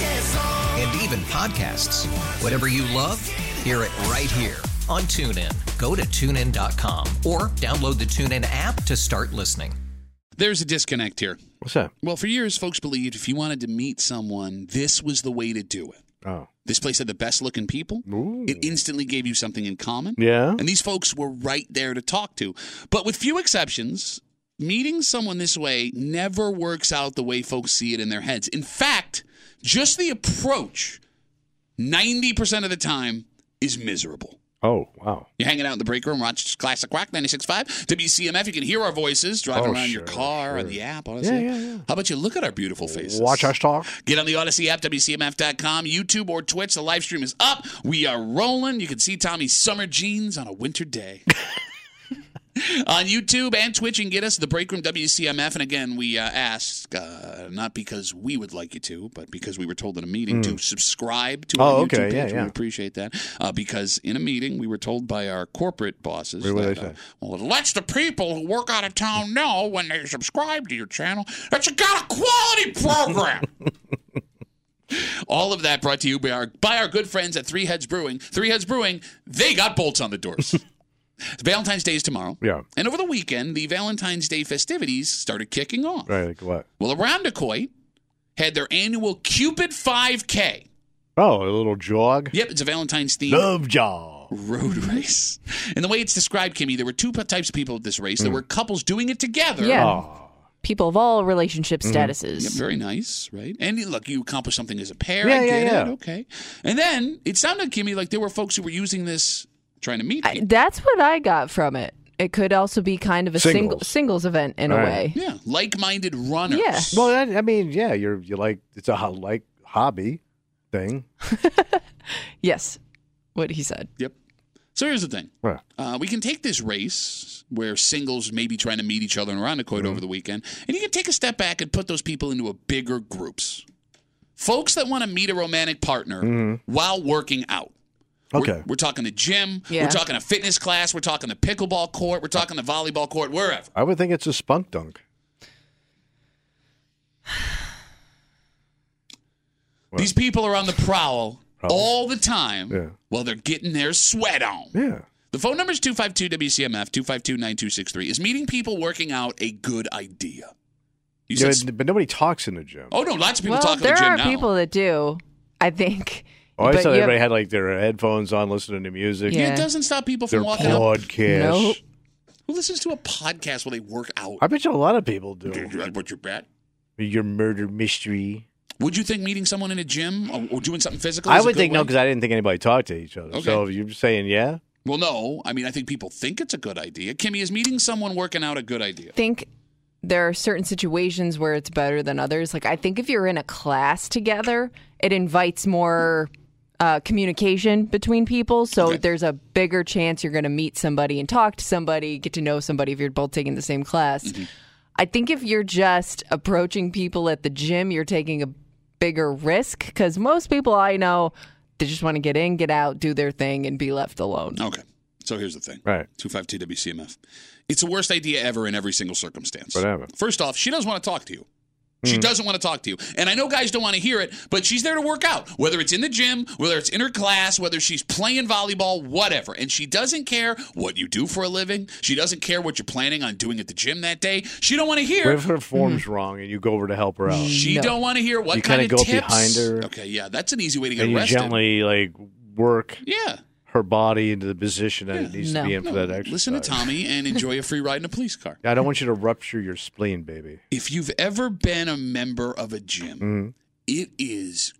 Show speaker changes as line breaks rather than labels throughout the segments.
Yes, oh,
and even podcasts. Whatever you love, hear it right here on TuneIn. Go to tunein.com or download the TuneIn app to start listening.
There's a disconnect here.
What's that?
Well, for years, folks believed if you wanted to meet someone, this was the way to do it.
Oh.
This place had the best looking people. It instantly gave you something in common.
Yeah.
And these folks were right there to talk to. But with few exceptions, meeting someone this way never works out the way folks see it in their heads. In fact, just the approach, 90% of the time, is miserable.
Oh, wow.
You're hanging out in the break room, Rochester Classic Rock 96.5, WCMF. You can hear our voices driving
Oh,
around your
sure,
car on
sure.
the app. All that
Yeah,
stuff.
yeah, yeah.
How about you look at our beautiful faces?
Watch us talk.
Get on the Odyssey app, WCMF.com, YouTube or Twitch. The live stream is up. We are rolling. You can see Tommy's summer jeans on a winter day. on YouTube and Twitch, and get us the break room WCMF. And again, we uh, ask, uh, not because we would like you to, but because we were told in a meeting to subscribe to our
Hmm. Oh,
YouTube
okay.
page.
Yeah,
We
yeah.
appreciate that. Uh, because in a meeting, we were told by our corporate bosses
Wait, what
that,
did I
uh,
say?
well, it lets the people who work out of town know when they subscribe to your channel that you got a quality program. All of that brought to you by our, by our good friends at Three Heads Brewing. Three Heads Brewing, they got bolts on the doors. Valentine's Day is tomorrow.
Yeah.
And over the weekend, the Valentine's Day festivities started kicking off.
Right, like what?
Well, Arundicoit had their annual Cupid 5K.
Oh, a little jog.
Yep, it's a Valentine's theme.
Love jog.
road race. And the way it's described, Kimmy, there were two p- types of people at this race.
Mm.
There were couples doing it together.
Yeah.
Oh. Mm-hmm.
people of all relationship
Yep,
statuses.
very nice, right? And you- look, you accomplish something as a pair.
Yeah,
I
yeah,
get
yeah.
it. Okay. And then it sounded, Kimmy, like there were folks who were using this trying to meet.
I,
people.
that's what I got from it. It could also be kind of a single
Singles.
singles event in a
Right.
way.
yeah, like-minded runners.
Yeah.
Well, that, I mean, yeah, you're you like it's a ho- like hobby thing.
Yes, what he said.
Yep. So here's the thing.
Right.
Uh, we can take this race where singles may be trying to meet each other in Rondacoit
Mm-hmm.
over the weekend, and you can take a step back and put those people into a bigger groups. Folks that want to meet a romantic partner while working out. We're-
Mm-hmm. Okay.
We're, talking the gym.
Yeah.
We're talking a fitness class. We're talking the pickleball court. We're talking the volleyball court, wherever.
I would think it's a spunk dunk. Well-
These people are on the prowl
Prowl.
all the time
Yeah.
while they're getting their sweat on.
Yeah.
The phone number is 252 WCMF 252 9263. Is meeting people working out a good idea? You
Yeah,
said,
but- but nobody talks in the gym.
oh no, lots of people
well,
talk in
there
the gym
are
now.
people that do. I think.
Oh, I
But
thought
you have-
everybody had like their headphones on, listening to music.
Yeah.
It doesn't stop people
Their
from walking up.
podcast.
Nope.
Who listens to a podcast while they work out?
I bet you a lot of people do.
What you bet?
Your murder mystery.
Would you think meeting someone in a gym or, or doing something physical?
I
is a
would
good
think no,
way?
because I didn't think anybody talked to each other.
Okay.
So if you're saying yeah,
Well, no. I mean, I think people think it's a good idea. Kimmy, is meeting someone working out a good idea?
think there are certain situations where it's better than others. Like I think if you're in a class together, it invites more uh, communication between people. So
Okay.
there's a bigger chance you're going to meet somebody and talk to somebody, get to know somebody if you're both taking the same class.
Mm-hmm.
I think if you're just approaching people at the gym, you're taking a bigger risk because most people I know. They just want to get in, get out, do their thing, and be left alone.
Okay. So here's the thing.
right.
252 WCMF. It's the worst idea ever in every single circumstance.
Whatever.
First off, she doesn't want to talk to you.
Hmm.
She doesn't want to talk to you. And I know guys don't want to hear it, but she's there to work out, whether it's in the gym, whether it's in her class, whether she's playing volleyball, whatever. And she doesn't care what you do for a living. She doesn't care what you're planning on doing at the gym that day. She don't want to
What
hear.
if her form's wrong and you go over to help her out?
She
No.
don't want to hear what
You
kind
kinda
of
go
tips.
behind her.
Okay, yeah, that's an easy way to get
and you
arrested.
gently like work
yeah.
her body into the position that it needs
Mm, No.
to be in for that exercise.
Listen to Tommy and enjoy a free ride in a police car.
I don't want you to rupture your spleen, baby.
If you've ever been a member of a gym, it is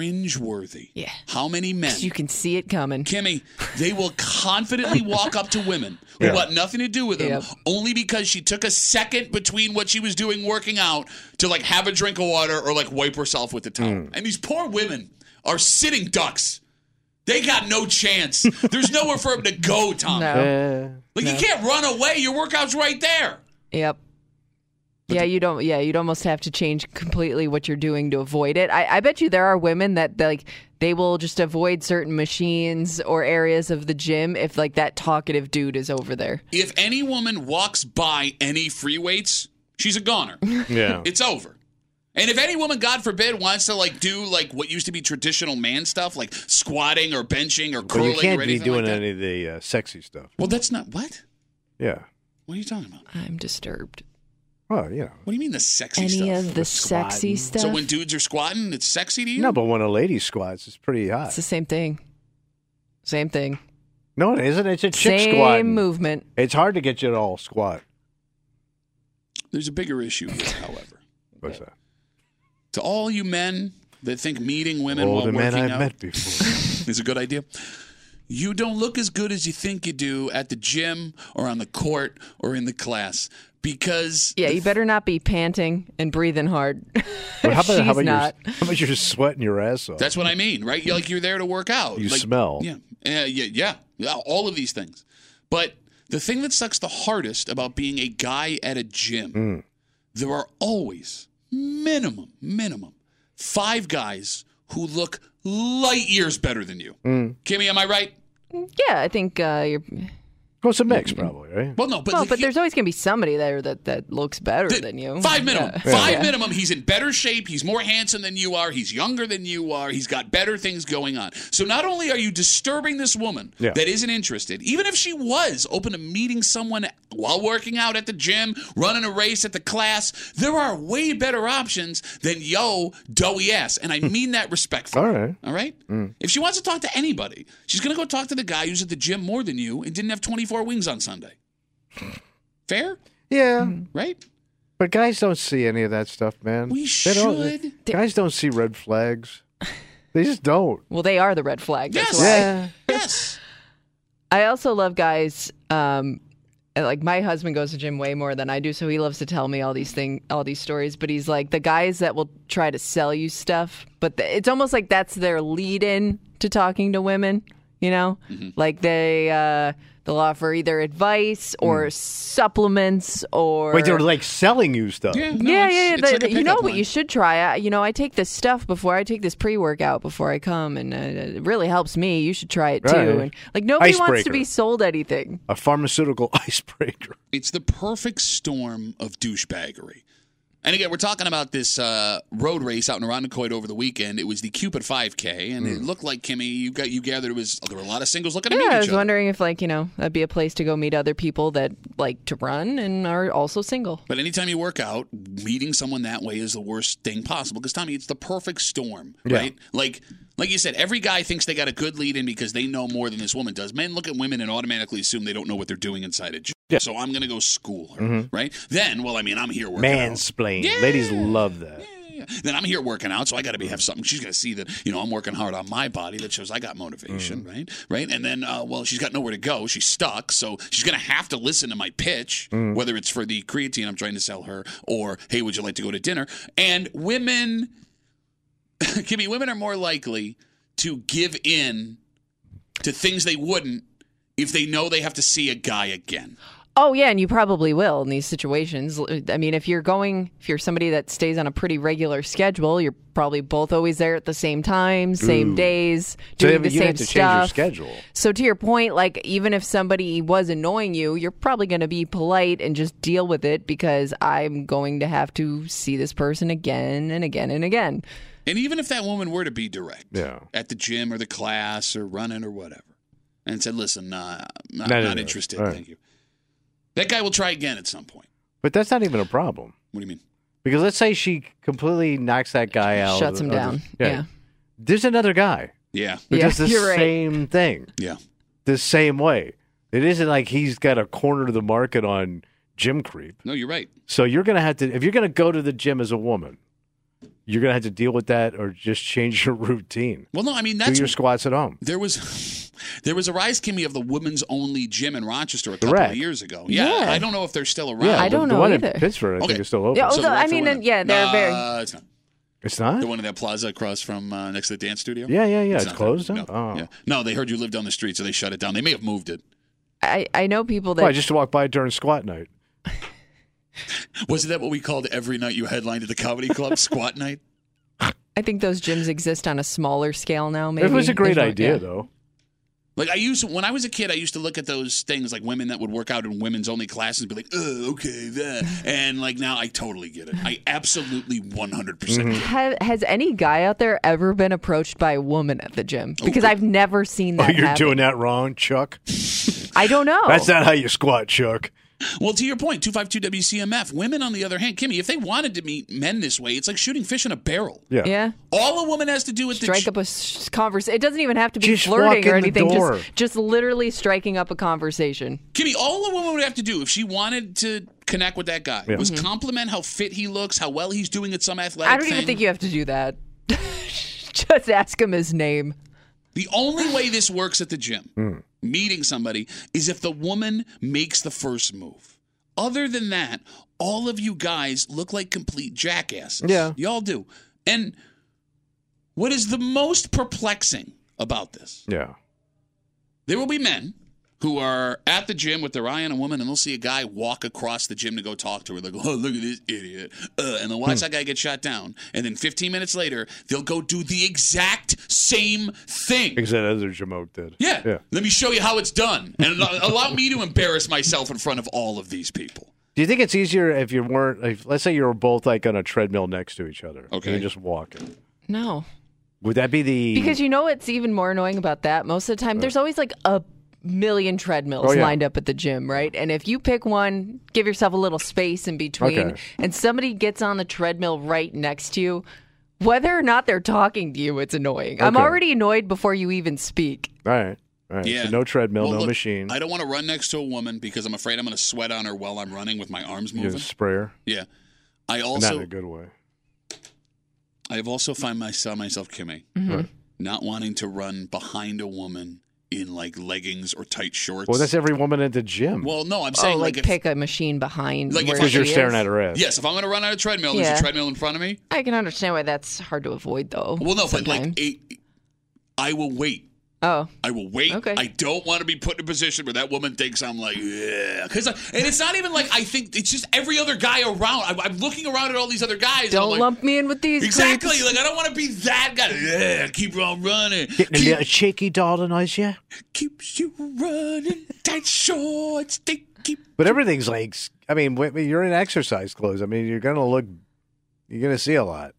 cringeworthy.
Yeah.
How many men?
You can see it coming.
Kimmy, they will confidently walk up to women who
Yeah.
want nothing to do with them
Yep.
only because she took a second between what she was doing working out to like have a drink of water or like wipe herself with the towel. And these poor women are sitting ducks. They got no chance. There's nowhere for them to go, Tom.
No.
Eh,
Like you can't run away. Your workout's right there.
Yep. Yeah, you don't. Yeah, you'd almost have to change completely what you're doing to avoid it. I, I bet you there are women that like they will just avoid certain machines or areas of the gym if like that talkative dude is over there.
If any woman walks by any free weights, she's a goner.
yeah.
It's over. And if any woman, God forbid, wants to like do like what used to be traditional man stuff, like squatting or benching or
but
curling
you can't
or
be
anything
doing
like that,
any of the uh, sexy stuff.
well, that's not what.
Yeah.
What are you talking about?
I'm disturbed.
Well, you know.
What do you mean the sexy
Any
stuff?
of the
squatting.
sexy stuff?
so when dudes are squatting, it's sexy to you?
No, but when a lady squats, it's pretty hot.
it's the same thing. Same thing.
No, it isn't. It's a chick
same
squat.
movement.
It's hard to get you to all squat.
There's a bigger issue here, however.
What's that?
to all you men that think meeting women
All
while
the men
working
I've
out
met before.
is a good idea. You don't look as good as you think you do at the gym or on the court or in the class because
Yeah, you better not be panting and breathing hard.
But how about,
She's
how, about
not.
You're, how about you're sweating your ass off?
That's what I mean, right? You're like you're there to work out.
You
Like,
smell.
Yeah, yeah, yeah, yeah, yeah. All of these things, but the thing that sucks the hardest about being a guy at a gym,
Hmm.
there are always minimum, minimum five guys who look light years better than you.
Hmm.
Kimmy, am I right?
Yeah, I think uh, you're.
Well, it's a mix, probably, right?
Well, no, but
Well,
like,
but
you-
there's always gonna be somebody there that that looks better
Th-
than you.
Five minimum.
Yeah.
Five
Yeah.
minimum. He's in better shape. He's more handsome than you are. He's younger than you are. He's got better things going on. So not only are you disturbing this woman
Yeah.
that isn't interested, even if she was open to meeting someone while working out at the gym, running a race at the class, there are way better options than yo doughy ass. And I mean that respectfully.
All right. Mm.
All right? If she wants to talk to anybody, she's going to go talk to the guy who's at the gym more than you and didn't have 24 wings on Sunday. Fair?
Yeah.
Mm-hmm.
Right?
But guys don't see any of that stuff, man.
We
They don't- they-
should.
guys don't see red flags. They just don't.
Well, they are the red flag. That's
Yes.
why.
Yeah.
Yes.
I also love guys. Um, and, like my husband goes to gym way more than I do, so he loves to tell me all these thing, all these stories. But he's like the guys that will try to sell you stuff, but th- it's almost like that's their lead-in to talking to women. You know,
Mm-hmm.
like they uh, they'll offer either advice or
Mm.
supplements or
Wait, they're like selling you stuff.
no,
yeah,
it's-
yeah, yeah.
it's
the-
like a
the- you know
pickup
what
line.
you should try. I, you know, I take this stuff before I take this pre-workout before I come, and uh, it really helps me. You should try it too.
Right.
And like nobody wants to
Icebreaker.
be sold anything.
A pharmaceutical icebreaker.
It's the perfect storm of douchebaggery. And again, we're talking about this uh, road race out in Irondequoit over the weekend. It was the Cupid 5K, and it looked like Kimmy. You got you gathered. It was there were a lot of singles looking to
Yeah,
meet
I
each
was
other.
wondering if like you know that'd be a place to go meet other people that like to run and are also single.
But anytime you work out, meeting someone that way is the worst thing possible. Because Tommy, it's the perfect storm, right? Like, like you said, every guy thinks they got a good lead in because they know more than this woman does. Men look at women and automatically assume they don't know what they're doing inside a gym. So I'm gonna go school her, right? Then, well, I mean, I'm here working. out.
Mansplain. Ladies love that.
yeah. Then I'm here working out, so I got to be have something. She's got to see that you know I'm working hard on my body. That shows I got motivation, right? Right. And then, uh, well, she's got nowhere to go. She's stuck, so she's gonna have to listen to my pitch, whether it's for the creatine I'm trying to sell her, or hey, would you like to go to dinner? And women, Kimmy, women are more likely to give in to things they wouldn't if they know they have to see a guy again.
Oh yeah, and you probably will in these situations. L- I mean, if you're going, if you're somebody that stays on a pretty regular schedule, you're probably both always there at the same time, same days,
So
doing
you
the same
have to change your
stuff.
schedule.
So to your point, like even if somebody was annoying you, you're probably going to be polite and just deal with it because I'm going to have to see this person again and again and again.
And even if that woman were to be direct
Yeah.
at the gym or the class or running or whatever, and said, "Listen, uh, I'm not,
No, no,
not
no.
interested.
All right.
Thank you." That guy will try again at some point.
But that's not even a problem.
What do you mean?
Because let's say she completely knocks that guy out.
Shuts him
of the-
down. Yeah.
There's another guy
Yeah,
who
Yeah,
does the
you're right.
same thing.
yeah.
the same way. It isn't like he's got a corner to the market on gym creep.
No, you're right.
So you're gonna have to if you're gonna go to the gym as a woman, you're gonna have to deal with that or just change your routine.
Well, no, I mean that's
Do your squats at home.
there was there was a rise, Kimmy, of the women's only gym in Rochester a couple
Correct.
of years ago. Yeah,
Yeah.
I don't know if they're still around.
Yeah,
I
the-
don't
the
know
one
either.
in Pittsburgh, I
Okay.
think is still open.
Yeah, oh, although,
that's
I
the
mean,
one in-
yeah, they're
Nah,
very-
It's not.
It's not.
The one in that plaza across from uh, next to the dance studio.
Yeah, yeah, yeah. It's,
not that-
closed.
No,
now? Oh.
yeah. no, they heard you lived down the street, so they shut it down. They may have moved it.
I, I know people that
Why? Just to walk by during squat night.
Wasn't that what we called every night you headlined at the comedy club? squat night.
I think those gyms exist on a smaller scale now. Maybe
It was a great
There's more-
idea,
yeah.
though.
Like I used when I was a kid, I used to look at those things like women that would work out in women's only classes, and be like, "Oh, okay, that." And like now, I totally get it. I absolutely one hundred percent
Mm.
get it.
Ha- has any guy out there ever been approached by a woman at the gym? Because I've never seen
Oh,
that.
you're
happen.
doing that wrong, Chuck.
I don't know.
That's not how you squat, Chuck.
Well, to your point, two five two WCMF. Women, on the other hand, Kimmy, if they wanted to meet men this way, it's like shooting fish in a barrel.
Yeah.
yeah.
All a woman has to do with the
Strike
ch-
up a s- conversation. It doesn't even have to be
Just walk
flirting
in
or
the
anything.
door.
Just, just literally striking up a conversation.
Kimmy, all a woman would have to do if she wanted to connect with that guy was compliment how fit he looks, how well he's doing at some athletic.
Mm-hmm. I don't even
thing.
think you have to do that. just ask him his name.
The only way this works at the gym, meeting somebody, is if the woman makes the first move. Other than that, all of you guys look like complete jackasses.
Yeah.
Y'all do. And what is the most perplexing about this?
Yeah.
There will be men who are at the gym with their eye on a woman and they'll see a guy walk across the gym to go talk to her. They'll go, oh, look at this idiot. Uh, and they'll watch that guy get shot down. And then 15 minutes later, they'll go do the exact same thing.
Because that other Jamoke did.
Yeah.
Yeah.
Let me show you how it's done. And allow, allow me to embarrass myself in front of all of these people.
Do you think it's easier if you weren't, if, let's say you were both like on a treadmill next to each other
Okay.
and you're just walking?
No.
Would that be the.
Because you know what's even more annoying about that? Most of the time, there's always like a million treadmills
Uh. Oh, yeah.
lined up at the gym, right? And if you pick one, give yourself a little space in between,
Okay.
and somebody gets on the treadmill right next to you, whether or not they're talking to you, it's annoying. I'm
Okay.
already annoyed before you even speak.
All right. All right. So no treadmill,
Well,
no
look,
machine.
I don't want to run next to a woman because I'm afraid I'm going to sweat on her while I'm running with my arms
You
moving.
have a sprayer.
Yeah. I
Not in
also
a good way.
I've also find myself myself Kimmy
Mm-hmm.
not wanting to run behind a woman in like leggings or tight shorts.
Well, that's every woman at the gym.
Well, no, I'm
Oh,
saying
like,
like, if,
pick a machine behind
Like, if-
where
Because you're
she
staring
is.
at her ass.
yes, if I'm going to run on a treadmill, there's
Yeah.
a treadmill in front of me.
I can understand why that's hard to avoid, though.
Well, no, but
sometimes.
like it, I will wait.
oh,
I will wait.
Okay.
I don't want to be put in a position where that woman thinks I'm like, yeah. Cause I, and it's not even like I think it's just every other guy around. I, I'm looking around at all these other guys. and I'm
don't
like,
lump me in with these.
Exactly.
creeps.
Like I don't want to be that guy. Yeah. Keep on running.
Getting a
Keep,
little cheeky, darling, is ya?
keeps you running. Tight shorts. They keep.
But everything's like, s- I mean, wait, wait, you're in exercise clothes. I mean, you're going to look, you're going to see a lot.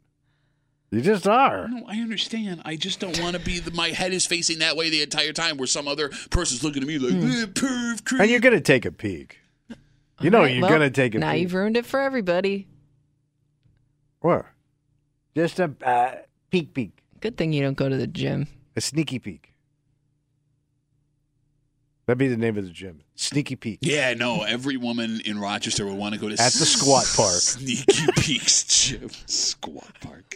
You just are.
No, I understand. I just don't want to be. The, my head is facing that way the entire time, where some other person's looking at me like, eh, perv, creep.
And you're going to take a peek. You know,
Right,
you're
well,
going to take a
Now
peek.
you've ruined it for everybody.
Where? Just a uh, peek, peek,
Good thing you don't go to the gym.
a sneaky peek. That'd be the name of the gym, Sneaky Peek,
Yeah, no. Every woman in Rochester would want to go to
at the squat park.
Sneaky Peaks Gym Squat Park.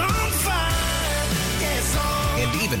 on fire. Yes, all.
and even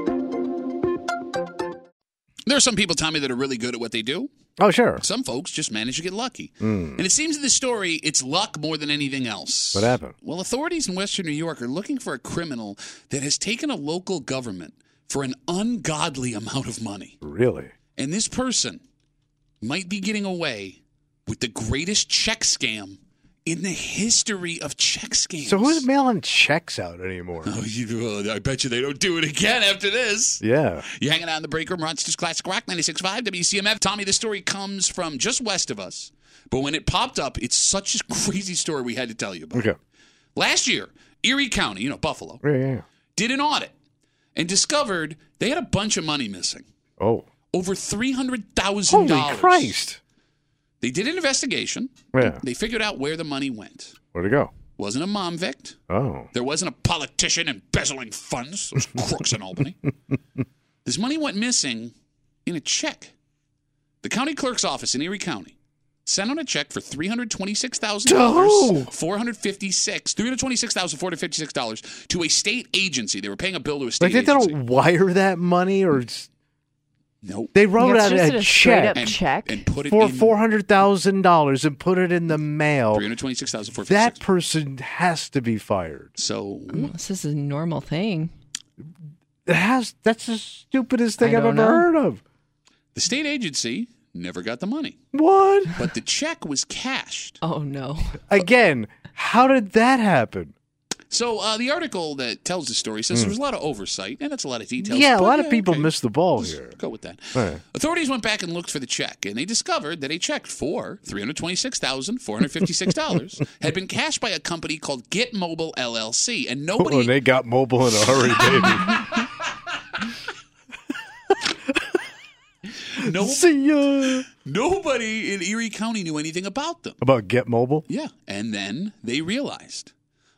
There are some people, Tommy, that are really good at what they do.
Oh, sure.
Some folks just manage to get lucky. And it seems in this story, it's luck more than anything else.
Hmm. What happened?
Well, authorities in Western New York are looking for a criminal that has taken a local government for an ungodly amount of money.
Really?
And this person might be getting away with the greatest check scam in the history of check scams.
So who's mailing checks out anymore?
Oh, you, uh, I bet you they don't do it again after this.
yeah.
You're hanging out in the break room, Rochester's Classic Rock 96.5 WCMF. Tommy, this story comes from just west of us, but when it popped up, it's such a crazy story we had to tell you about.
Okay.
Last year, Erie County, you know, Buffalo,
Yeah, yeah. yeah.
did an audit and discovered they had a bunch of money missing
Oh.
over $300,000.
Holy Christ.
They did an investigation.
Yeah.
They figured out where the money went.
Where'd it go?
Wasn't a mom vict.
Oh.
There wasn't a politician embezzling funds, those crooks in Albany. This money went missing in a check. The county clerk's office in Erie County sent out a check for three hundred twenty-six thousand
No!
dollars, four hundred fifty-six, three hundred twenty-six thousand four hundred fifty-six dollars to a state agency. They were paying a bill to a state
Like they
agency.
don't wire that money or s-
Nope.
they wrote
It's
out
just
a,
a straight
check
up- check
and put it
for
in
four hundred thousand dollars and put it in the mail.
three hundred twenty-six thousand four
That
fifty-six.
person has to be fired.
So
This is a normal thing.
It has that's the stupidest thing
I
I've
don't
ever
know.
heard of.
the state agency never got the money,
What?
but the check was cashed.
Oh no.
Again, how did that happen?
So uh, the article that tells the story says there was a lot of oversight, and that's a lot of details.
Hmm. yeah, a
but
lot of people
okay,
miss the ball
let's
here.
Go with that.
Right.
Authorities went back and looked for the check, and they discovered that a check for three hundred twenty-six thousand four hundred fifty-six dollars had been cashed by a company called Get Mobile LLC, and nobody.
Oh, they got mobile in a hurry, baby.
no-
See ya.
nobody in Erie County knew anything about them.
About get mobile?
Yeah, and then they realized.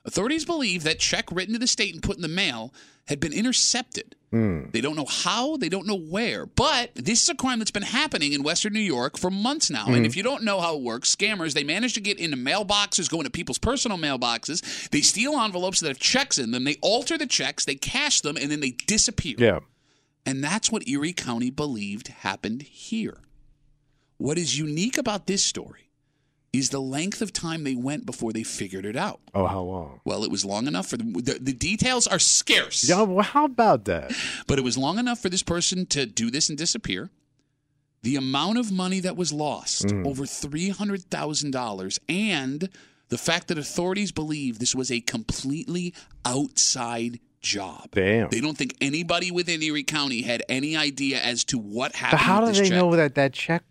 Authorities believe that check written to the state and put in the mail had been intercepted. They don't know how, they don't know where, but this is a crime that's been happening in Western New York for months now. And if you don't know how it works, scammers, they manage to get into mailboxes, go into people's personal mailboxes, they steal envelopes that have checks in them, they alter the checks, they cash them, and then they disappear.
Yeah.
And that's what Erie County believed happened here. What is unique about this story is the length of time they went before they figured it out.
Oh, how long?
Well, it was long enough for them. The, the details are scarce,
Yeah, well, how about that?
but it was long enough for this person to do this and disappear. The amount of money that was lost, over $300,000, and the fact that authorities believe this was a completely outside job.
Damn.
They don't think anybody within Erie County had any idea as to what
But
happened.
how do
with
they
this check.
know that that check?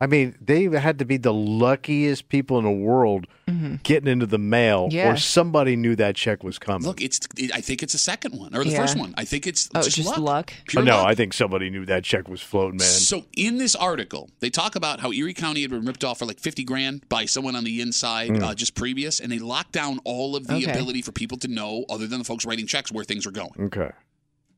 I mean, they had to be the luckiest people in the world
Mm-hmm.
getting into the mail, or
Yeah.
somebody knew that check was coming.
Look, it's. It, I think it's the second one or the
Yeah.
first one. I think it's.
Oh, it's just luck.
Or
Pure
no,
luck.
I think somebody knew that check was floating, man.
So in this article, they talk about how Erie County had been ripped off for like fifty grand by someone on the inside
Hmm.
uh, just previous, and they locked down all of the
Okay.
ability for people to know, other than the folks writing checks, where things are going.
Okay.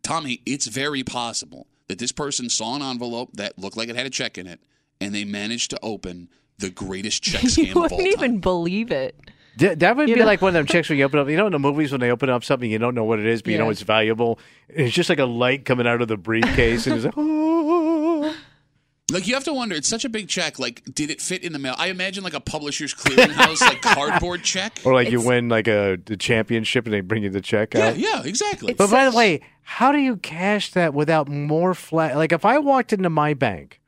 Tommy, it's very possible that this person saw an envelope that looked like it had a check in it, and they managed to open the greatest check scam
you
of all
wouldn't
time.
even believe it.
Th- that would
You
be
know-
like one of them checks where you open up. You know, in the movies when they open up something, you don't know what it is, but you know
Yeah.
it's valuable. It's just like a light coming out of the briefcase, and it's like, oh.
Like you have to wonder, it's such a big check. Like, did it fit in the mail? I imagine like a publisher's clearinghouse, like cardboard check.
or like you
It's-
win like a the championship, and they bring you the check
Yeah,
out.
yeah, exactly.
It's-
But by the
such-
way, how do you cash that without more flat? Like if I walked into my bank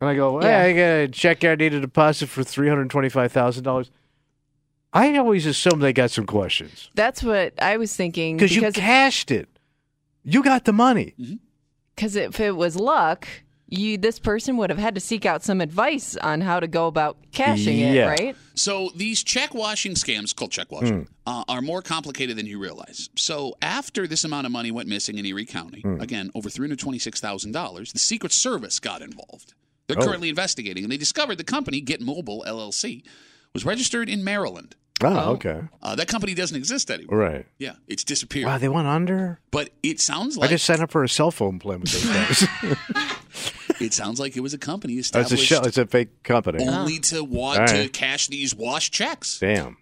and I go, hey,
Yeah.
I got a check I need a deposit for three hundred twenty-five thousand dollars. I always assume they got some questions
That's what I was thinking.
because you
Because
cashed it. You got the money.
because if it was luck, you this person would have had to seek out some advice on how to go about cashing
Yeah.
it, right?
So these check washing scams, called check washing,
Hmm.
uh, are more complicated than you realize. So after this amount of money went missing in Erie County,
Hmm.
again over three hundred twenty-six thousand dollars, the Secret Service got involved.
Oh.
They're currently investigating, and they discovered the company Get Mobile LLC was registered in Maryland.
Oh, okay.
Uh, that company doesn't exist anymore.
Right.
Yeah, it's disappeared.
Wow, they went under?
but it sounds
I
like
just signed up for a cell phone plan with those guys.
it sounds like it was a company
Oh, it's
established
a show. It's a fake company.
only to want
All
to
right.
cash these wash checks.
Damn.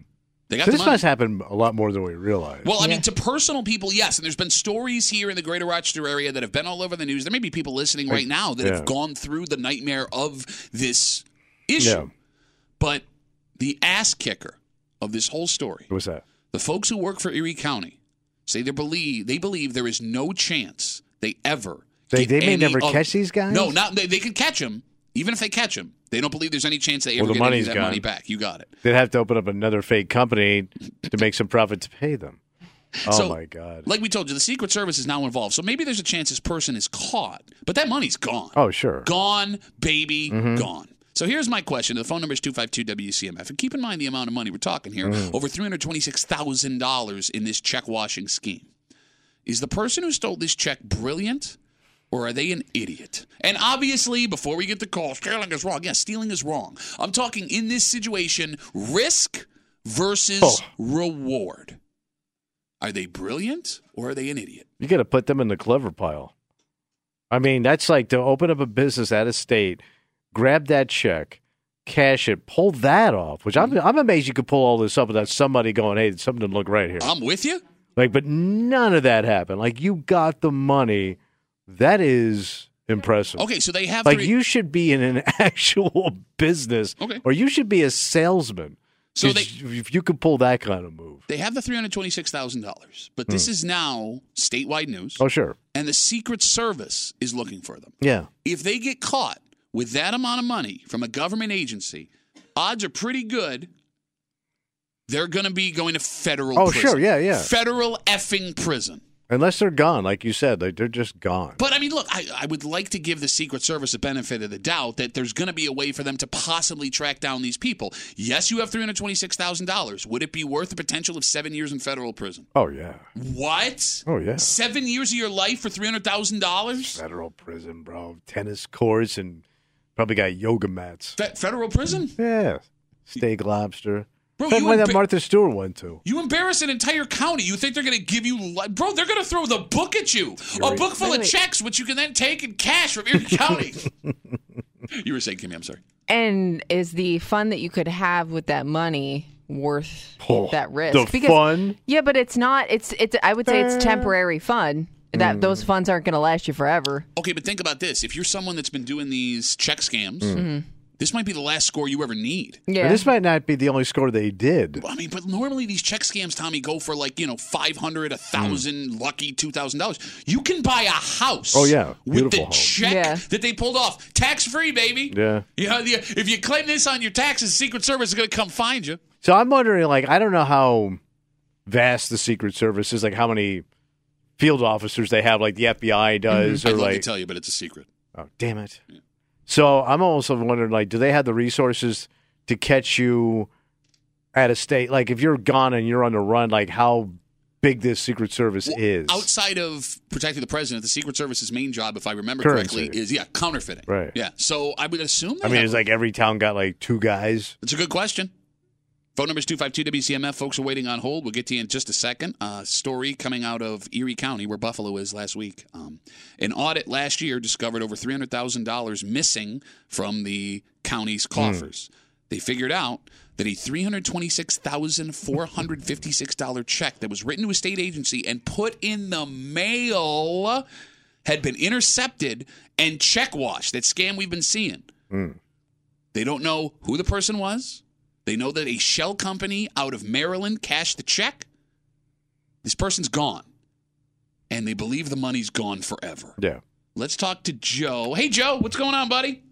They got
So
the
this
money.
must happen a lot more than we realize.
Well, I mean, to personal people, yes. And there's been stories here in the greater Rochester area that have been all over the news. There may be people listening right now that have
yeah.
gone through the nightmare of this issue.
yeah.
But the ass kicker of this whole story,
What's that?
the folks who work for Erie County say they believe they believe there is no chance they ever
They-
get
they may
any
never
of-
catch these guys?
No, not they, they could catch them. Even if they catch them, they don't believe there's any chance they ever
Well, the
get any of
money's
that
gone.
money back. You got it.
They'd have to open up another fake company to make some profit to pay them. Oh
So,
my god.
Like we told you, the Secret Service is now involved. So maybe there's a chance this person is caught, but that money's gone.
oh sure.
Gone, baby,
Mm-hmm.
gone. So here's my question. The phone number is 252 WCMF. And keep in mind the amount of money we're talking here
Mm.
over $326,000 in this check washing scheme. Is the person who stole this check brilliant or are they an idiot? And obviously, before we get the call, stealing is wrong. Yeah, stealing is wrong. I'm talking in this situation risk versus
Oh.
reward. Are they brilliant or are they an idiot?
You got to put them in the clever pile. I mean, that's like to open up a business out of state, grab that check, cash it, pull that off. Which I'm, I'm amazed you could pull all this up without somebody going, "Hey, something didn't look right here."
I'm with you.
Like, but none of that happened. Like, you got the money. That is impressive.
Okay, so they have
Like,
three.
you should be in an actual business,
Okay.
or you should be a salesman.
So
'Cause if you could pull that kind of move,
They have the three hundred twenty-six thousand dollars, but this is now statewide news,
Hmm. oh sure,
and the Secret Service is looking for them.
yeah.
If they get caught with that amount of money from a government agency, odds are pretty good they're going to be going to federal.
Oh,
prison.
sure, yeah, yeah.
federal effing prison.
Unless they're gone, like you said, like they're just gone.
But I mean, look, I, I would like to give the Secret Service a benefit of the doubt that there's going to be a way for them to possibly track down these people. Yes, you have three hundred twenty-six thousand dollars. Would it be worth the potential of seven years in federal prison?
oh yeah.
What?
Oh, yeah.
Seven years of your life for three hundred thousand dollars?
federal prison, bro. Tennis courts and probably got yoga mats.
Fe- federal prison?
Yeah. Steak lobster.
Bro,
That's
you
where
and
that
Bi-
Martha Stewart went to.
You embarrass an entire county. You think they're going to give you, li- bro? They're going to throw the book at you, a book full of checks, which you can then take in cash from Erie County. you were saying, Kimmy, I'm sorry.
And is the fun that you could have with that money worth
Oh,
that risk?
the fun?
Yeah, but it's not. It's it's. I would say it's temporary fun.
Hmm.
That those funds aren't going to last you forever.
Okay, but think about this: if you're someone that's been doing these check scams,
Mm-hmm.
this might be the last score you ever need.
Yeah.
And this might not be the only score they did.
I mean, but normally these check scams, Tommy, go for like, you know, 500,
Hmm.
1,000, lucky $2,000. You can buy a house.
Oh, yeah.
With the
Beautiful house.
check
Yeah.
that they pulled off. Tax free, baby.
Yeah.
You know, the- if you claim this on your taxes, Secret Service is going to come find you.
So I'm wondering, like, I don't know how vast the Secret Service is, like how many field officers they have, like the FBI does,
I'd
or
love to
like,
tell you, but it's a secret.
oh, damn it. So I'm also wondering, like, do they have the resources to catch you at a state? Like, if you're gone and you're on the run, like, how big this Secret Service is?
Outside of protecting the president, the Secret Service's main job, if I remember
Currency.
correctly, is, yeah, counterfeiting.
Right.
Yeah. So I would assume
I
that.
mean, it's like every town got like two guys.
It's a good question. Phone number is 252-WCMF. Folks are waiting on hold. We'll get to you in just a second. Uh, story coming out of Erie County, where Buffalo is last week. Um, an audit last year discovered over $300,000 missing from the county's coffers. They figured out that a $326,456 check that was written to a state agency and put in the mail had been intercepted and check washed, that scam we've been seeing.
Hmm.
They don't know who the person was. They know that a shell company out of Maryland cashed the check. This person's gone. And they believe the money's gone forever.
Yeah.
Let's talk to Joe. Hey, Joe, what's going on, buddy?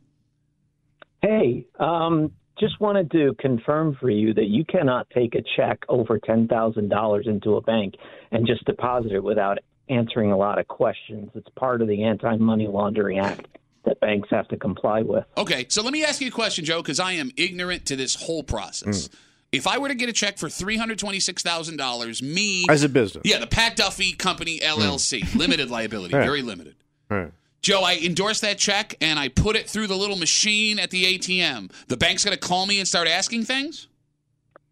Hey, um, just wanted to confirm for you that you cannot take a check over ten thousand dollars into a bank and just deposit it without answering a lot of questions. It's part of the Anti Money Laundering Act. that banks have to comply with.
Okay, so let me ask you a question, Joe, because I am ignorant to this whole
Hmm.
process. If I were to get a check for three hundred twenty-six thousand dollars, me
As a business.
yeah, the Pat Duffy Company LLC, limited liability,
Yeah.
very limited.
Right.
Joe, I endorse that check and I put it through the little machine at the ATM. The bank's going to call me and start asking things.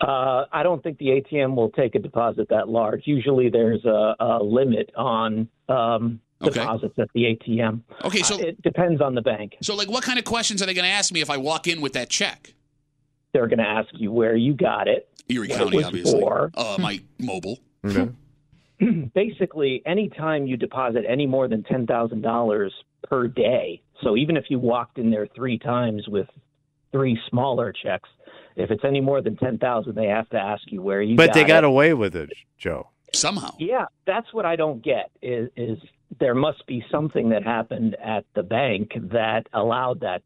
Uh, I don't think the ATM will take a deposit that large. Usually, there's a, a limit on um,
Okay.
deposits at the ATM.
Okay, so
Uh, it depends on the bank.
so like, what kind of questions are they going to ask me if I walk in with that check?
They're going to ask you where you got it.
Erie
What it
County,
was
obviously.
for.
Uh, my mobile.
Okay.
Basically, anytime you deposit any more than ten thousand dollars per day, so even if you walked in there three times with three smaller checks, if it's any more than ten thousand, they have to ask you where you.
But
got
they got
it.
away with it, Joe.
Somehow.
Yeah, that's what I don't get is, is there must be something that happened at the bank that allowed that.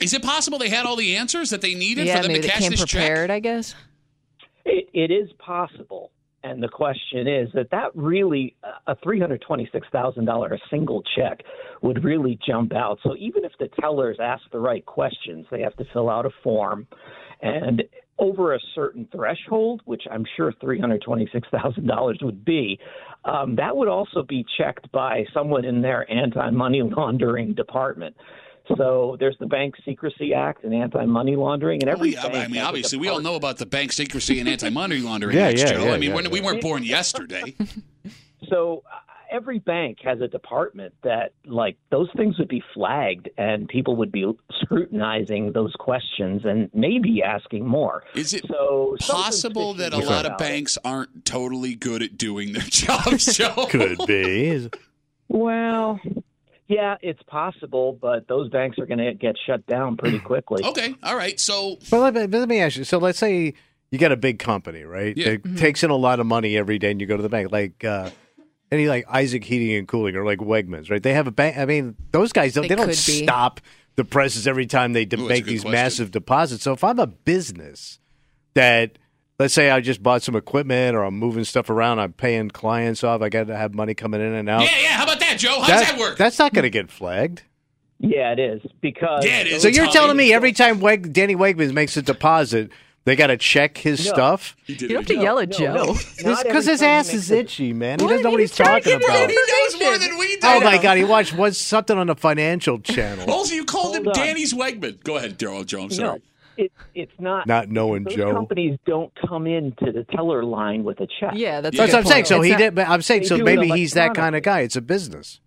Is it possible they had all the answers that they needed
yeah,
for them
maybe
to
they
cash
came
this
prepared,
check? Oh,
I guess.
It, it is possible. And the question is that that really, a $326,000 single check would really jump out. So even if the tellers ask the right questions, they have to fill out a form. And over a certain threshold, which I'm sure $326,000 would be, um, that would also be checked by someone in their anti money laundering department. So there's the Bank Secrecy Act and anti money laundering, and
Well,
every
yeah, I
bank
mean,
has a
obviously, we all
department.
know about the bank secrecy and anti-money laundering
Yeah,
acts,
yeah,
Joe.
yeah,
I mean,
yeah,
we're- we
yeah.
weren't born yesterday.
So uh, every bank has a department that, like, those things would be flagged and people would be scrutinizing those questions and maybe asking more.
Is it
So something
possible
fishy
that a
was
lot of
about it.
banks aren't totally good at doing their jobs, Joe?
Could be.
Well, yeah, it's possible, but those banks are going to get shut down pretty quickly.
Okay, all right. So
Well, let me, let me ask you. So let's say you got a big company, right?
Yeah. Mm-hmm.
That takes in a lot of money every day, and you go to the bank, like uh, any like Isaac Heating and Cooling or like Wegmans, right? They have a bank. I mean, those guys don't. They,
They
don't
could be.
stop the presses every time they de-
Ooh, that's a
make
good
these
question.
massive deposits. So if I'm a business that let's say I just bought some equipment or I'm moving stuff around, I'm paying clients off, I got to have money coming in and out.
yeah, yeah. How about that, Joe? How does that work?
That's not going to get flagged.
Yeah, it is because
Yeah, it is.
So you're
Tommy.
telling me every time Weg- Danny Wegmans makes a deposit, they got to check his
No.
stuff?
He did
You don't
it
have to
again.
yell at Joe.
No, no,
Because
not every
his
time you
ass
make
is
the-
itchy, man. He
What?
doesn't know
He
what
was
he's
trying to
talking
give us
about.
He knows more than we do.
Oh my god, he watched was something on the financial channel.
Also, you called him
Hold on.
Danny's Wegman. Go ahead, Daryl Joe. I'm
No,
sorry.
it, it's not.
Not knowing
those
Joe.
companies don't come into the teller line with a check.
Yeah, that's, a
That's
good
what I'm saying.
point.
So
It's
he
not-
did. but I'm saying
They
so
do it
maybe he's that kind of guy. It's a business.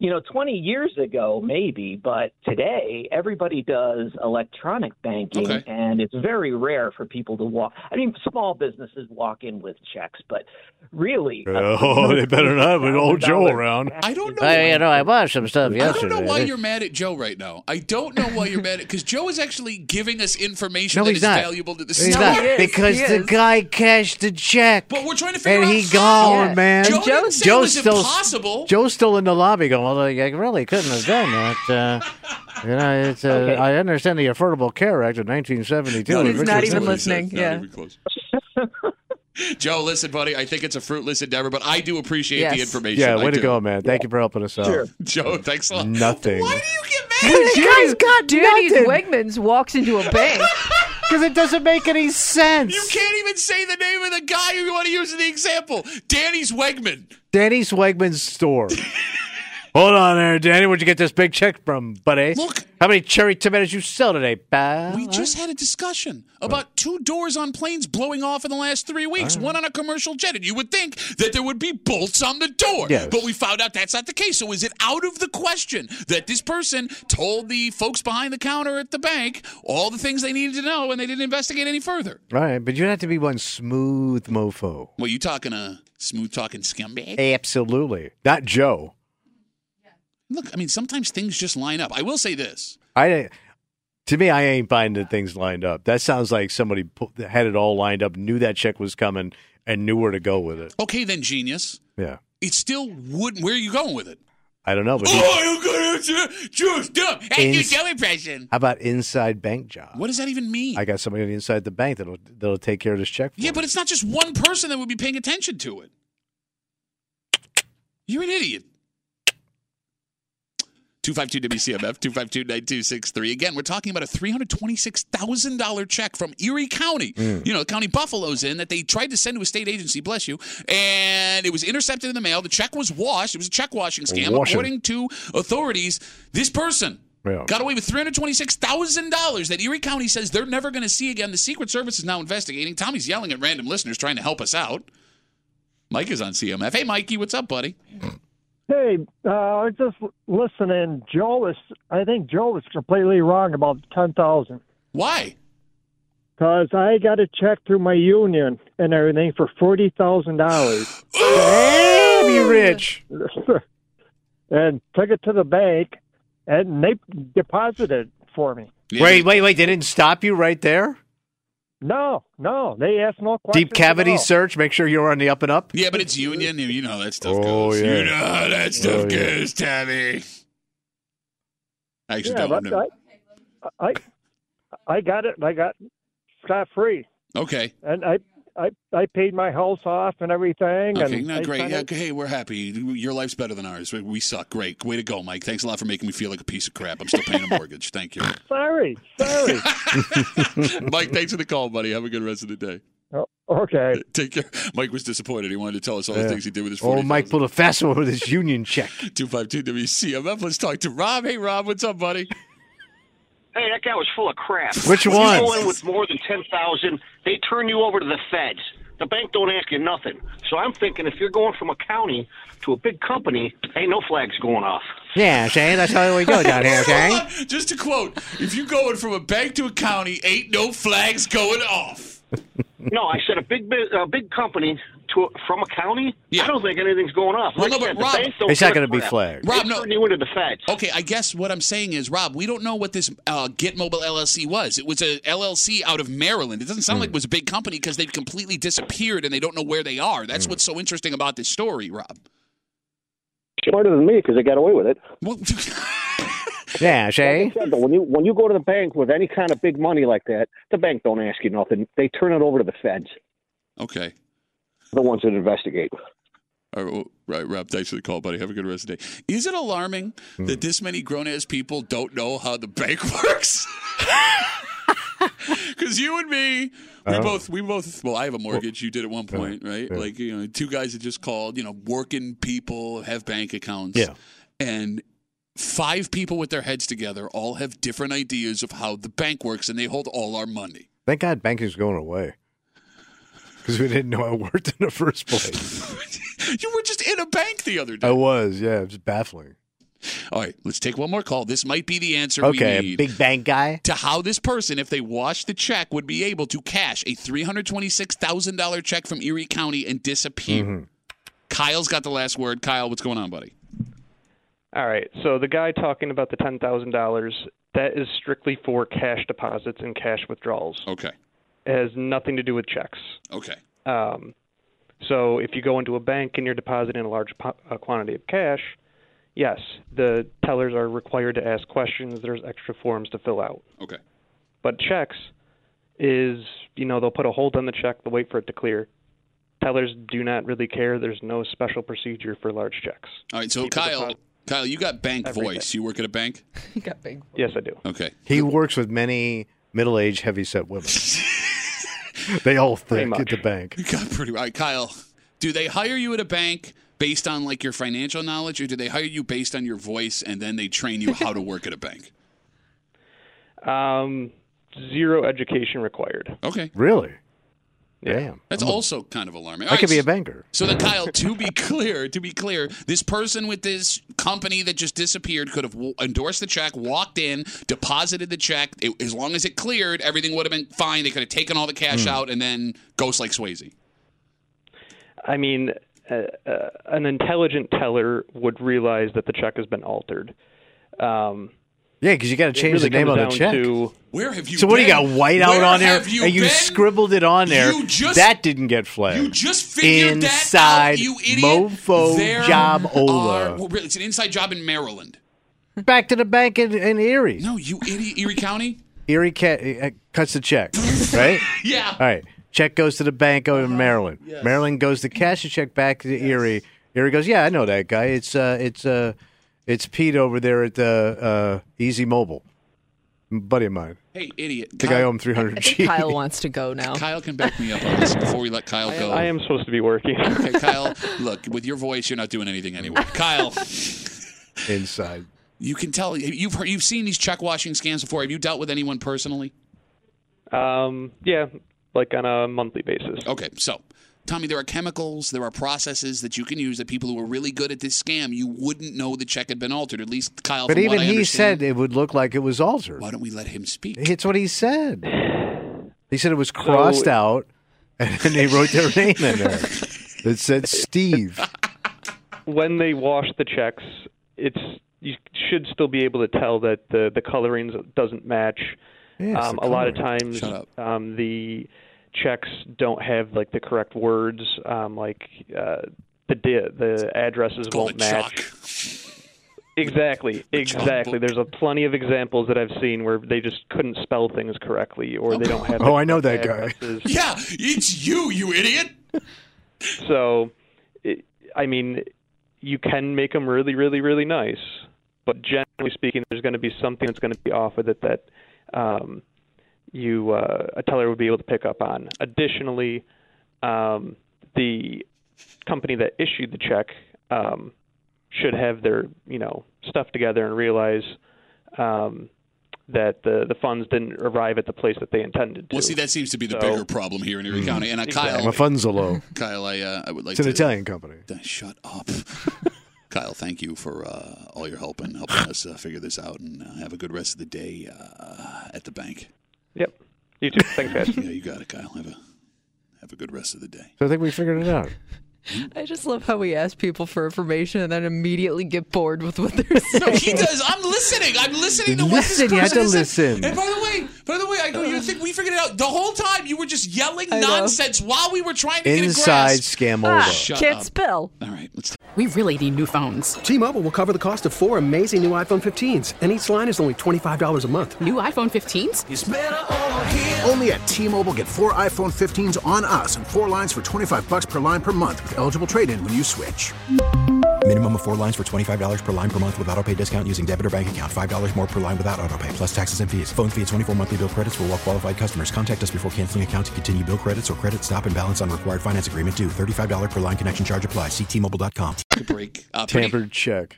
you know, 20 years ago, maybe, but today everybody does electronic banking,
Okay.
and it's very rare for people to walk. I mean, small businesses walk in with checks, but really.
Oh, they better not with old Joe around.
I don't know.
I, you know, I bought some stuff
I
yesterday.
don't know why you're mad at Joe right now. I don't know why you're mad at because Joe is actually giving us information
no,
that
he's
is
not.
valuable to the
he's
story.
not.
He is,
because
he
the
is.
guy cashed the check.
But we're trying to figure
and
out
he
how.
gone,
Yeah.
man.
Joe didn't say it was impossible.
Joe's still in the lobby going, well, I really couldn't have done that. Uh, you know, it's, uh,
Okay.
I understand the Affordable Care Act of 1972.
No,
It
He's
really
not
was-
even
close.
listening,
Not
yeah.
even close. Joe, listen, buddy. I think it's a fruitless endeavor, but I do appreciate the
Yes.
information.
Yeah,
I
way to
do.
go, man. Thank you for helping us out.
Sure.
Joe. Thanks a lot.
Nothing.
Why do you get mad?
Dude,
The guy's
Danny's got
Danny's
nothing.
Wegmans walks into a bank.
Because it doesn't make any sense.
You can't even say the name of the guy you want to use as the example. Danny's Wegman.
Danny Swegman's store. Hold on there, Danny. Where'd you get this big check from, buddy?
Look.
How many cherry tomatoes you sell today, pal?
We just had a discussion about two doors on planes blowing off in the last three weeks, one on a commercial jet. And you would think that there would be bolts on the door.
Yes.
But we found out that's not the case. So is it out of the question that this person told the folks behind the counter at the bank all the things they needed to know and they didn't investigate any further?
All right, but you have to be one smooth mofo.
Well, you talking a smooth talking scumbag?
Absolutely. Not Joe.
Look, I mean, sometimes things just line up. I will say this.
I to me, I ain't buying the things lined up. That sounds like somebody pu- had it all lined up, knew that check was coming, and knew where to go with it.
Okay, then, genius.
Yeah,
It still wouldn't. Where are you going with it?
I don't know. But he-
Oh, you got to juice dumb. Hey,
Ins-
you dumb impression.
how about inside bank job?
What does that even mean?
I got somebody on the inside the bank that'll that'll take care of this check. For
yeah,
me.
but it's not just one person that would be paying attention to it. You're an idiot. 252-WCMF, 252-9263. Again, we're talking about a $326,000 check from Erie County.
Mm.
You know, the county Buffalo's in that they tried to send to a state agency, bless you, and it was intercepted in the mail. The check was washed. It was a check washing scam.
Wash it.
According to authorities, this person
Yeah.
got away with $326,000 that Erie County says they're never going to see again. The Secret Service is now investigating. Tommy's yelling at random listeners trying to help us out. Mike is on CMF. Hey, Mikey, what's up, buddy?
Hey, uh, I was just l- listening. Joe is, I think Joe is completely wrong about the 10,000
Why?
because I got a check through my union and everything for $40,000. Damn,
you rich.
and took it to the bank and they deposited for me.
Wait, wait, wait. They didn't stop you right there?
No, no, they asked no questions.
Deep cavity
at all.
search. Make sure you're on the up and up.
Yeah, but it's union. You know how that stuff
Oh,
goes.
yeah.
You know how that stuff
Oh, yeah.
goes, Tommy. I actually
Yeah,
don't
but
know.
I, I, I got it. I got scot free.
Okay.
and I, I, I paid my house off and everything.
Okay,
and
no,
I
great.
sent
Yeah,
it-
okay, hey, we're happy. Your life's better than ours. We- We suck. Great. Way to go, Mike. Thanks a lot for making me feel like a piece of crap. I'm still paying a mortgage. Thank you.
Sorry, sorry.
Mike, thanks for the call, buddy. Have a good rest of the day.
oh, okay.
Take care. Mike was disappointed. He wanted to tell us all the
Yeah.
things he did with his 40
Oh, Mike pulled a fast one with his union check.
252 WCMF. Let's talk to Rob. Hey, Rob, what's up, buddy?
Hey, that guy was full of crap.
Which
When
one?
You go in with more than ten thousand, they turn you over to the feds. The bank don't ask you nothing. So I'm thinking if you're going from a county to a big company, ain't no flags going off.
Yeah, Shane, that's how we go down here,
Hold on. Just to quote, if you're going from a bank to a county, ain't no flags going off.
No, I said a big bu- a big company to a, from a county.
Yeah.
I don't think anything's going off.
Well,
Like I
no, but
said, the
Rob-
bank don't
It's not
give a
gonna be
crap.
flagged.
They
Rob, no.
turn you into the feds.
Okay, I guess what I'm saying is, Rob, we don't know what this uh, Get Mobile LLC was. It was a LLC out of Maryland. It doesn't
Hmm.
sound like it was a big company because they've completely disappeared and they don't know where they are. That's
Hmm.
what's so interesting about this story, Rob.
Smarter than me because they got away with it.
Well,
Yeah, Shane.
Yeah, but when you when you go to the bank with any kind of big money like that, the bank don't ask you nothing. They turn it over to the feds,
okay.
the ones that investigate.
All right, well, right, Rob, thanks for the call, buddy. Have a good rest of the day. Is it alarming
Hmm.
that this many grown ass people don't know how the bank works? Because you and me, we
Oh.
both, we both. Well, I have a mortgage. You did at one point, right? Like you know, two guys that just called. You know, working people have bank accounts.
Yeah.
and five people with their heads together all have different ideas of how the bank works, and they hold all our money.
Thank God banking's going away. Because we didn't know it worked in the first place.
you were just in a bank the other day.
I was, yeah, it's baffling.
All right, let's take one more call. This might be the answer.
Okay,
we need.
a big bank guy.
to how this person, if they washed the check, would be able to cash a $326,000 check from Erie County and disappear.
Mm-hmm.
Kyle's got the last word. Kyle, what's going on, buddy?
All right. So the guy talking about the ten thousand dollars that is strictly for cash deposits and cash withdrawals.
Okay.
It has nothing to do with checks.
Okay.
Um, so if you go into a bank and you're depositing a large po- uh, quantity of cash, yes, the tellers are required to ask questions. There's extra forms to fill out.
Okay.
But checks is you know they'll put a hold on the check, they'll wait for it to clear. Tellers do not really care. There's no special procedure for large checks.
All right. So, Kyle, Kyle, you got bank voice. You work at a bank?
got big.
Yes, I do.
Okay.
He works with many middle aged, heavy set women. they all think at the bank.
You got pretty right. Kyle, do they hire you at a bank based on like your financial knowledge or do they hire you based on your voice and then they train you how to work at a bank?
Um, zero education required.
Okay.
Really? Damn.
That's
I'm a-
also kind of alarming.
I
All
could
right,
be a banker.
So then, Kyle, to be clear, to be clear, this person with this company that just disappeared could have w- endorsed the check, walked in, deposited the check. It- as long as it cleared, everything would have been fine. They could have taken all the cash
Hmm.
out and then ghost like Swayze.
I mean, uh, uh, an intelligent teller would realize that the check has been altered. Um,
Yeah, because you got to
it
change
really
the name on
comes
the
down
check.
To,
Where have you?
so what do you got?
been?
White out
Where
on there,
have you
and you
been?
scribbled it on there.
You just-
that didn't get flagged.
You just figured
Inside
that out, you idiot.
mofo
There
job
are-
over.
well, really, it's an inside job in Maryland.
back to the bank in, in Erie.
No, you idiot, Erie County.
Erie ca- uh, cuts the check, right?
Yeah.
All right. Check goes to the bank over in Maryland. Maryland goes to cash the check back to Erie. Erie goes, yeah, I know that guy. It's uh, it's uh, It's Pete over there at the uh, Easy Mobile, buddy of mine.
Hey, idiot.
The guy owe him 300
I
G.
think Kyle wants to go now.
Kyle can back me up on this before we let Kyle go.
I am supposed to be working.
Okay, Kyle, look, with your voice, you're not doing anything anyway. Kyle.
Inside.
You can tell you've heard, you've seen these check washing scams before. Have you dealt with anyone personally?
Um, yeah, like on a monthly basis.
Okay, so Tommy, there are chemicals, there are processes that you can use that people who are really good at this scam, you wouldn't know the check had been altered. At least Kyle.
But
from
even
what I
he
understand-
said it would look like it was altered. Why
don't we let him speak?
It's what he said. He said it was crossed
So-
out, and then they wrote their name in there. It said Steve.
When they wash the checks, it's you should still be able to tell that the the colorings doesn't match.
Yeah, it's
um,
the
a lot of
coloring.
times,
Shut up.
um, the checks don't have like the correct words, um, like uh, the di- the addresses
Call
won't
it
match. Exactly, exactly.
book.
There's a plenty of examples that I've seen where they just couldn't spell things correctly, or they don't have.
Oh, I know that guy.
Yeah, it's you, you idiot.
So, it, I mean, you can make them really, really, really nice, but generally speaking, there's going to be something that's going to be off with it that um, you uh, a teller would be able to pick up on. Additionally, um, the company that issued the check um, should have their you know stuff together and realize. Um, that the, the funds didn't arrive at the place that they intended to.
Well, see, that seems to be the
So-
bigger problem here in Erie County. And uh, Kyle,
Mafunzolo.
Kyle, I, uh, I would like
It's an
to
Italian company.
Uh, Shut up. Kyle, thank you for uh, all your help and helping us uh, figure this out. And uh, have a good rest of the day uh, at the bank.
Yep. You too. Thanks, guys.
yeah, you got it, Kyle. Have a have a good rest of the day.
So I think we figured it out.
I just love how we ask people for information and then immediately get bored with what they're saying.
No, he does. I'm listening. I'm listening to what this
Listen, you had
person
to
is saying.
listen.
And by the way, by the way, I go. You think we figured it out the whole time? You were just yelling
I know.
nonsense while we were trying to
Inside
get a grasp.
Ah.
scamola.
Shut
can't
up.
spell.
All right, let's.
We really need new phones.
T-Mobile will cover the cost of four amazing new iPhone 15s, and each line is only twenty-five dollars a month.
New iPhone 15s?
Only at T-Mobile, get four iPhone 15s on us and four lines for 25 bucks per line per month with eligible trade-in when you switch.
Minimum of four lines for $25 per line per month with auto pay discount using debit or bank account. $5 more per line without auto pay, plus taxes and fees. Phone fee at 24 monthly bill credits for all qualified customers. Contact us before canceling account to continue bill credits or credit stop and balance on required finance agreement due. $35 per line connection charge applies. Ctmobile.com.
break. Uh, pretty-
Tampered check.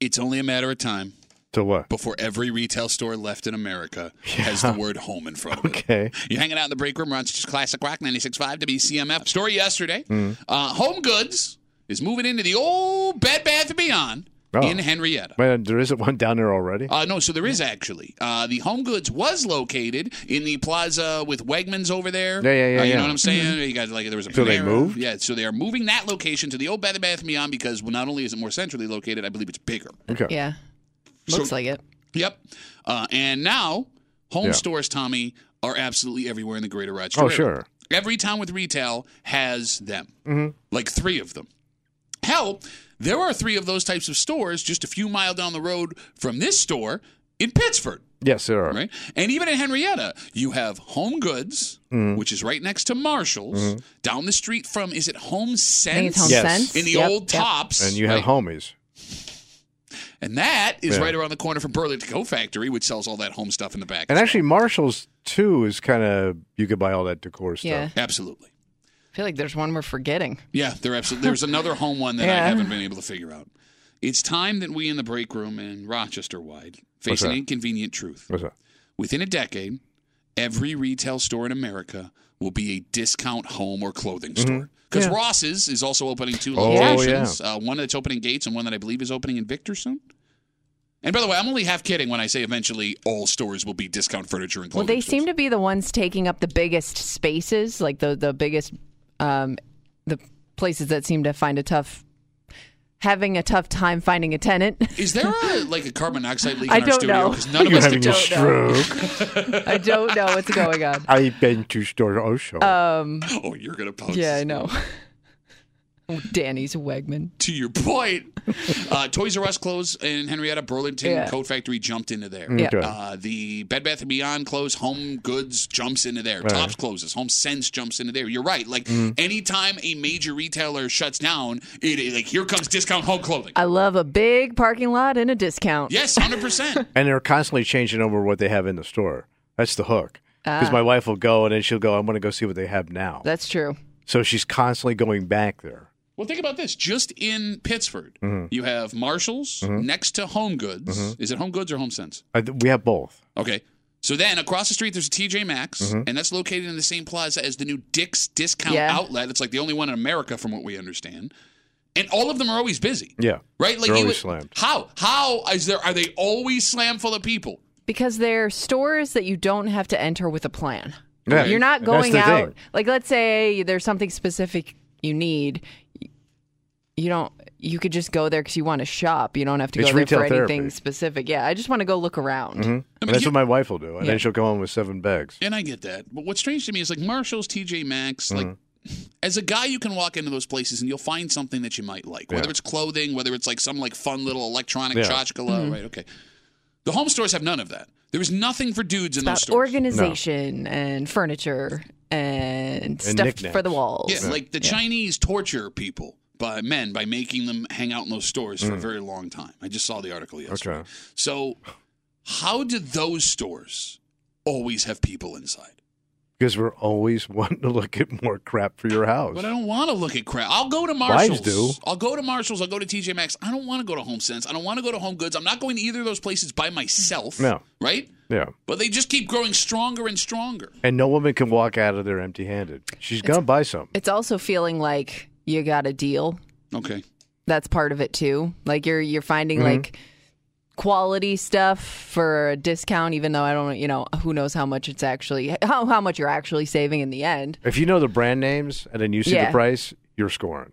it's only a matter of time
To what?
before every retail store left in America has the word home in front of it.
Okay.
You're hanging out in the break room. We're on Classic Rock 96.5 WCMF. Story yesterday.
Mm.
Uh, Home Goods is moving into the old Bed Bath & Beyond
Oh.
in Henrietta.
Man, there isn't one down there already.
Uh, no, so there is actually. Uh, the Home Goods was located in the plaza with Wegmans over there.
Yeah, yeah, yeah,
Uh, you
yeah. Mm-hmm.
know what I'm saying? You guys like there was a
So they
Panera.
moved?
Yeah, so they are moving that location to the old Bed Bath & Beyond because well, not only is it more centrally located, I believe it's bigger.
Okay.
Yeah.
So-
Looks like it.
Yep. Uh, and now, home
Yeah.
stores, Tommy, are absolutely everywhere in the greater Rochester.
Oh,
area.
sure.
Every town with retail has them,
hmm
like three of them. Hell, there are three of those types of stores just a few mile down the road from this store in Pittsford.
Yes, there are.
Right? And even in Henrietta, you have Home Goods,
Mhm.
which is right next to Marshall's,
Mhm.
down the street from, is it Home Sense?
think it's Home Yes. Sense.
In the
Yep,
old
yep.
tops.
And you have homies.
And that is
Yeah.
right around the corner from Burlington Co Factory, which sells all that home stuff in the back.
And actually, Marshalls, too, is kind of, you could buy all that decor stuff.
Yeah.
Absolutely.
I feel like there's one we're forgetting.
Yeah, there absolutely. There's another home one that I
Yeah.
haven't been able to figure out. It's time that we in the break room and Rochester wide face
What's
an
that?
inconvenient truth.
What's that?
Within a decade, every retail store in America will be a discount home or clothing store.
Mhm.
Because
Yeah.
Ross's is also opening two
Oh,
locations. Uh, one that's opening Gates and one that I believe is opening in Victor soon. And by the way, I'm only half kidding when I say eventually all stores will be discount furniture and
Well,
clothing.
they seem to be the ones taking up the biggest spaces, like the the biggest um, the places that seem to find a tough having a tough time finding a tenant.
is there a, like a carbon monoxide leak
I
in our
don't
studio?
know.
Because none of
You're
us
having
can
a
tell.
stroke.
I don't know what's going on.
I've been to store Osho.
Um,
oh, you're gonna Oh, post.
Yeah, I know. Danny's Wegman.
to your point, uh, Toys R Us closed in Henrietta, Burlington,
Yeah.
Coat Factory jumped into there.
Mm,
Yeah. Okay.
Uh, the Bed Bath & Beyond closed, Home Goods jumps into there.
Right.
Tops closes, Home Sense jumps into there. You're right. Like
Mm.
anytime a major retailer shuts down, it, it- like here comes discount home clothing.
I love a big parking lot and a discount.
Yes, 100%.
and they're constantly changing over what they have in the store. That's the hook. Because
Ah.
my wife will go and then she'll go. I'm going to go see what they have now.
That's true.
So she's constantly going back there.
well, think about this. Just in Pittsford,
Mhm.
you have Marshalls
Mhm.
next to Home Goods.
Mhm.
Is it Home Goods or Home Sense?
I th- we have both.
Okay. So then across the street, there's a TJ Maxx,
Mhm.
and that's located in the same plaza as the new Dick's Discount
Yeah.
Outlet. It's like the only one in America, from what we understand. And all of them are always busy,
Yeah.
right? Like
They're
you
always
would-
slammed.
How? How is there? Are they always slammed full of people?
Because they're stores that you don't have to enter with a plan.
Yeah.
You're not
That's
going
the
out.
thing.
Like, let's say there's something specific you need. You don't. You could just go there because you want to shop. You don't have to
It's
go there
retail
for anything
therapy.
specific. Yeah, I just want to go look around.
Mm-hmm.
hmm That's what my wife will do. And
Yeah.
then she'll go home with seven bags.
And I get that, but what's strange to me is like Marshalls, TJ Maxx, like.
Mhm.
As a guy, you can walk into those places and you'll find something that you might like, whether
Yeah.
it's clothing, whether it's like some like fun little electronic
Yeah. Mm-hmm.
tchotchkele,
Mhm.
right? Okay. The home stores have none of that. There is nothing for dudes in
About
those stores.
organization and furniture and, stuff for the walls.
Yeah, like the Chinese torture people by men by making them hang out in those stores for a
Mm.
very long time. I just saw the article yesterday.
Okay.
So, how do those stores always have people inside?
Because we're always wanting to look at more crap for your house.
But I don't want to look at crap. I'll go to
Oh, Wives
Marshalls.
do.
I'll go to Marshalls. I'll go to TJ Maxx. I don't want to go to Home Sense. I don't want to go to Home Goods. I'm not going to either of those places by myself.
No.
Right?
Yeah.
But they just keep growing stronger and stronger.
And no woman can walk out of there empty handed. She's going to buy something.
It's also feeling like you got a deal.
Okay.
That's part of it too. Like you're you're finding
Mhm.
like quality stuff for a discount, even though I don't you know who knows how much it's actually how how much you're actually saving in the end,
If you know the brand names and then you see
Yeah.
the price, you're scoring.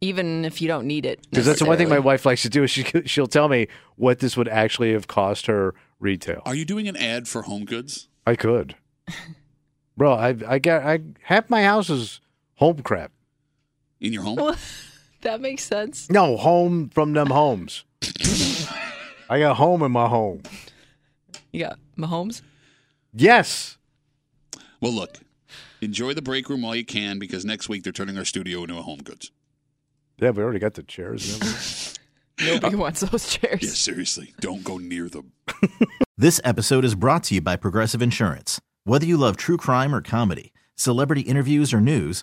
even if you don't need it.
Because that's the one thing my
necessarily.
wife likes to do. Is she she'll tell me what this would actually have cost her retail.
Are you doing an ad for Home Goods?
I could, bro. I I got I half my house is home crap.
In your home?
that makes sense.
No home from them homes. I got home in my home.
You got Mahomes.
Yes.
Well, look, enjoy the break room while you can because next week they're turning our studio into a Home Goods.
Yeah, we already got the chairs. and everything. Uh,
Nobody wants those chairs.
Yeah, seriously, don't go near them.
This episode is brought to you by Progressive Insurance. Whether you love true crime or comedy, celebrity interviews or news,